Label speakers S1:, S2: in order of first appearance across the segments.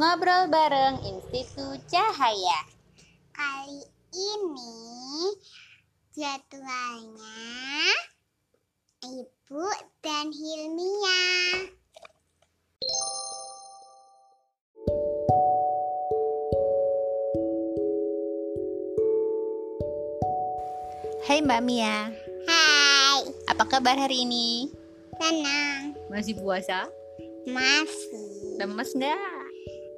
S1: Ngobrol bareng Institut Cahaya.
S2: Kali ini jadwalnya Ibu dan Hilmia.
S1: Hai Mbak Mia,
S2: Hai,
S1: apa kabar hari ini?
S2: tenang.
S1: Masih puasa?
S2: Masih?
S1: Lemes nggak?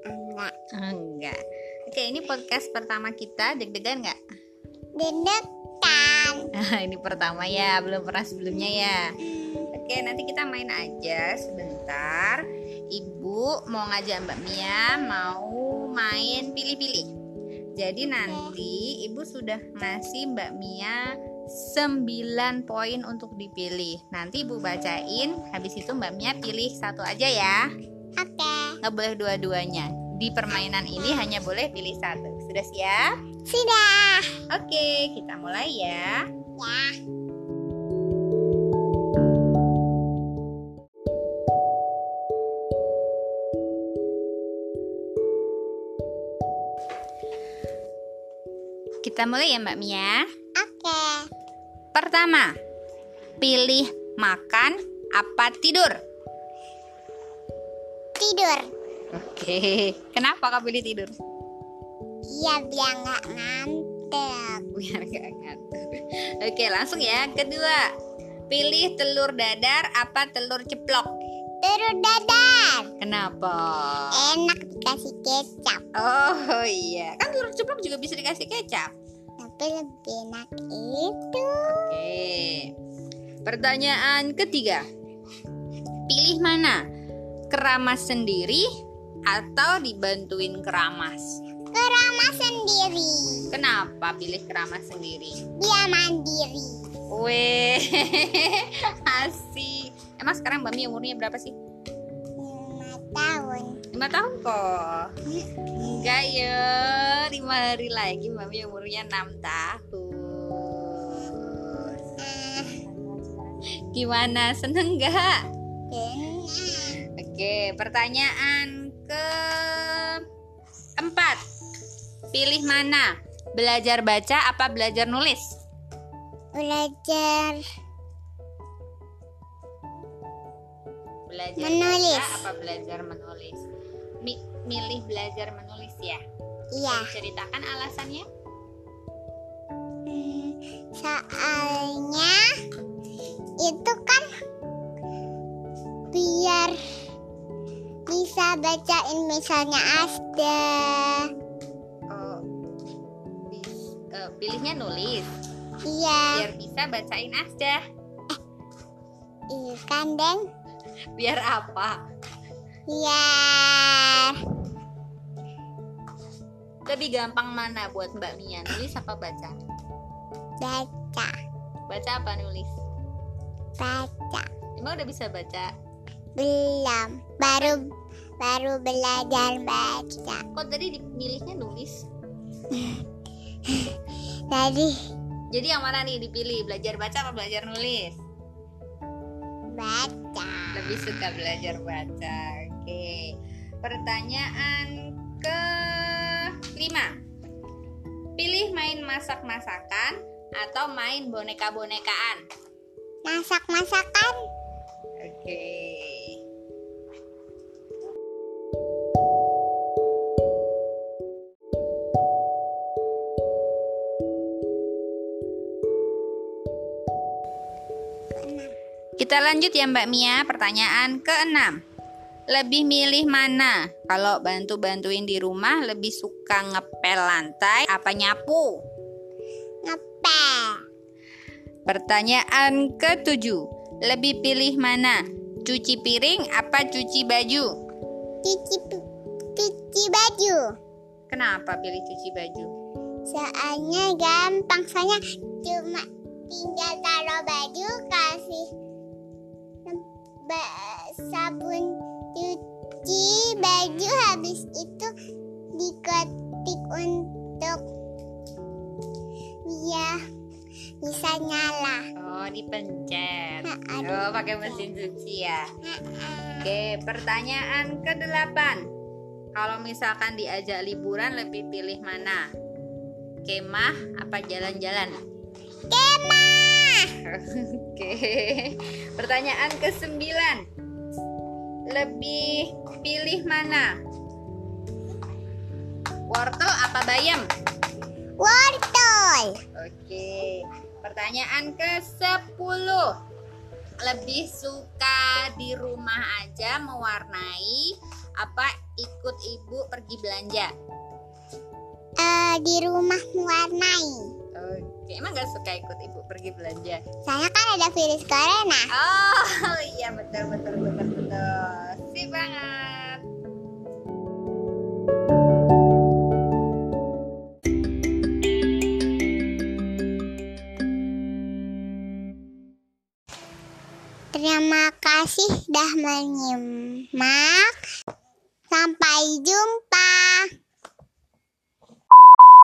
S2: Enggak.
S1: Enggak. Oke, ini podcast pertama kita. Deg-degan nggak?
S2: Dedekan.
S1: ini pertama ya, belum pernah sebelumnya ya. Oke, nanti kita main aja sebentar. Ibu mau ngajak Mbak Mia mau main pilih-pilih. Jadi nanti Ibu sudah ngasih Mbak Mia 9 poin untuk dipilih. Nanti Ibu bacain, habis itu Mbak Mia pilih satu aja ya.
S2: Oke,
S1: Nggak boleh dua-duanya. Di permainan ini hanya boleh pilih satu. Sudah siap?
S2: sudah.
S1: Oke, kita mulai ya.
S2: Ya.
S1: Kita mulai ya Mbak Mia.
S2: Oke,
S1: Pertama, pilih makan apa tidur.
S2: tidur.
S1: Oke, kenapa kau pilih tidur?
S2: Iya, biar nggak ngantuk.
S1: Biar gak ngantuk. Oke, langsung ya. Kedua, pilih telur dadar apa telur ceplok.
S2: Turun dadar.
S1: Kenapa?
S2: Enak dikasih kecap.
S1: Oh iya, kan telur ceplok juga bisa dikasih kecap.
S2: Tapi lebih enak itu.
S1: Oke. Pertanyaan ketiga. Pilih mana? Keramas sendiri atau dibantuin keramas?
S2: Kerama sendiri.
S1: Kenapa pilih keramas sendiri?
S2: Dia mandiri.
S1: Weh, asik. Emang sekarang Mbak Mia umurnya berapa sih?
S2: 5 tahun.
S1: 5 tahun kok. Enggak ya, 5 hari lagi Mbak Mia umurnya 6 tahun.
S2: Ah,
S1: Gimana, seneng nggak?
S2: benar.
S1: Oke, pertanyaan ke empat. Pilih mana? Belajar baca apa belajar nulis?
S2: Belajar
S1: Belajar
S2: Menulis.
S1: baca apa belajar menulis? Mi- milih belajar menulis ya.
S2: iya.
S1: Ceritakan alasannya.
S2: Hmm, Soalnya itu kan biar bisa bacain misalnya Asda.
S1: Oh, bis- eh, pilihnya nulis.
S2: Iya,
S1: Biar bisa bacain aja.
S2: iya kan, Deng?
S1: Biar apa?
S2: Iya.
S1: Lebih gampang mana buat Mbak Mia? Nulis apa baca?
S2: Baca,
S1: Baca apa nulis?
S2: baca.
S1: Emang udah bisa baca?
S2: Belum, baru baru belajar baca.
S1: Kok tadi dipilihnya nulis?
S2: Tadi
S1: Jadi yang mana nih dipilih? Belajar baca apa belajar nulis?
S2: baca.
S1: Lebih suka belajar baca. Oke. Pertanyaan ke lima. Pilih main masak-masakan atau main boneka-bonekaan.
S2: Masak-masakan
S1: Oke. Kita lanjut ya Mbak Mia, pertanyaan ke-6. Lebih milih mana? Kalau bantu-bantuin di rumah lebih suka ngepel lantai apa nyapu?
S2: ngepel.
S1: Pertanyaan ke-7. Lebih pilih mana? Cuci piring apa cuci baju?
S2: Cuci pi- cuci baju.
S1: Kenapa pilih cuci baju?
S2: Soalnya gampang, soalnya cuma tinggal taruh baju kasih lem- ba- sabun cuci baju habis itu diketik untuk dia bisa nyala.
S1: Oh, dipencet. Oh,
S2: Ha-ha,
S1: pakai mesin cuci ya.
S2: Ha-ha.
S1: Oke, pertanyaan ke-8. Kalau misalkan diajak liburan lebih pilih mana? Kemah apa jalan-jalan?
S2: Kemah.
S1: Oke. Pertanyaan ke-9. Lebih pilih mana? Wortel apa bayam?
S2: Wortel.
S1: Oke. Pertanyaan ke-10. Lebih suka di rumah aja mewarnai apa ikut ibu pergi belanja?
S2: Eh, di rumah mewarnai.
S1: Oke, emang gak suka ikut ibu pergi belanja?
S2: Saya kan ada virus corona.
S1: Oh iya betul betul betul betul. Sip banget.
S2: Terima kasih dah menyimak. Sampai jumpa.